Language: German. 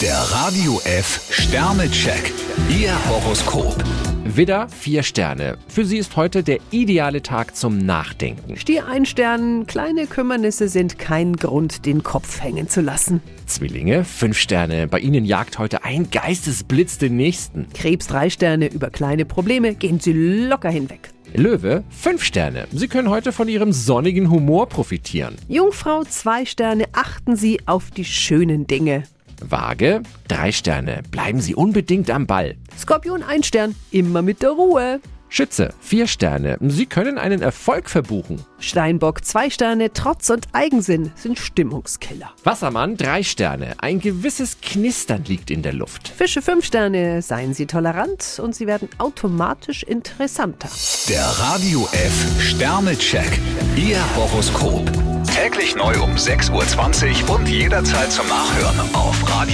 Der Radio F Sternecheck. Ihr Horoskop. Widder, vier Sterne. Für Sie ist heute der ideale Tag zum Nachdenken. Stier ein Stern, kleine Kümmernisse sind kein Grund, den Kopf hängen zu lassen. Zwillinge, fünf Sterne. Bei Ihnen jagt heute ein Geistesblitz den nächsten. Krebs drei Sterne, über kleine Probleme gehen Sie locker hinweg. Löwe, fünf Sterne. Sie können heute von Ihrem sonnigen Humor profitieren. Jungfrau zwei Sterne, achten Sie auf die schönen Dinge. Waage, drei Sterne. Bleiben Sie unbedingt am Ball. Skorpion ein Stern, immer mit der Ruhe. Schütze, vier Sterne. Sie können einen Erfolg verbuchen. Steinbock zwei Sterne, Trotz und Eigensinn sind Stimmungskiller. Wassermann, drei Sterne. Ein gewisses Knistern liegt in der Luft. Fische fünf Sterne, seien Sie tolerant und Sie werden automatisch interessanter. Der Radio F Sternecheck. Ihr Horoskop. Täglich neu um 6.20 Uhr und jederzeit zum Nachhören auf Radio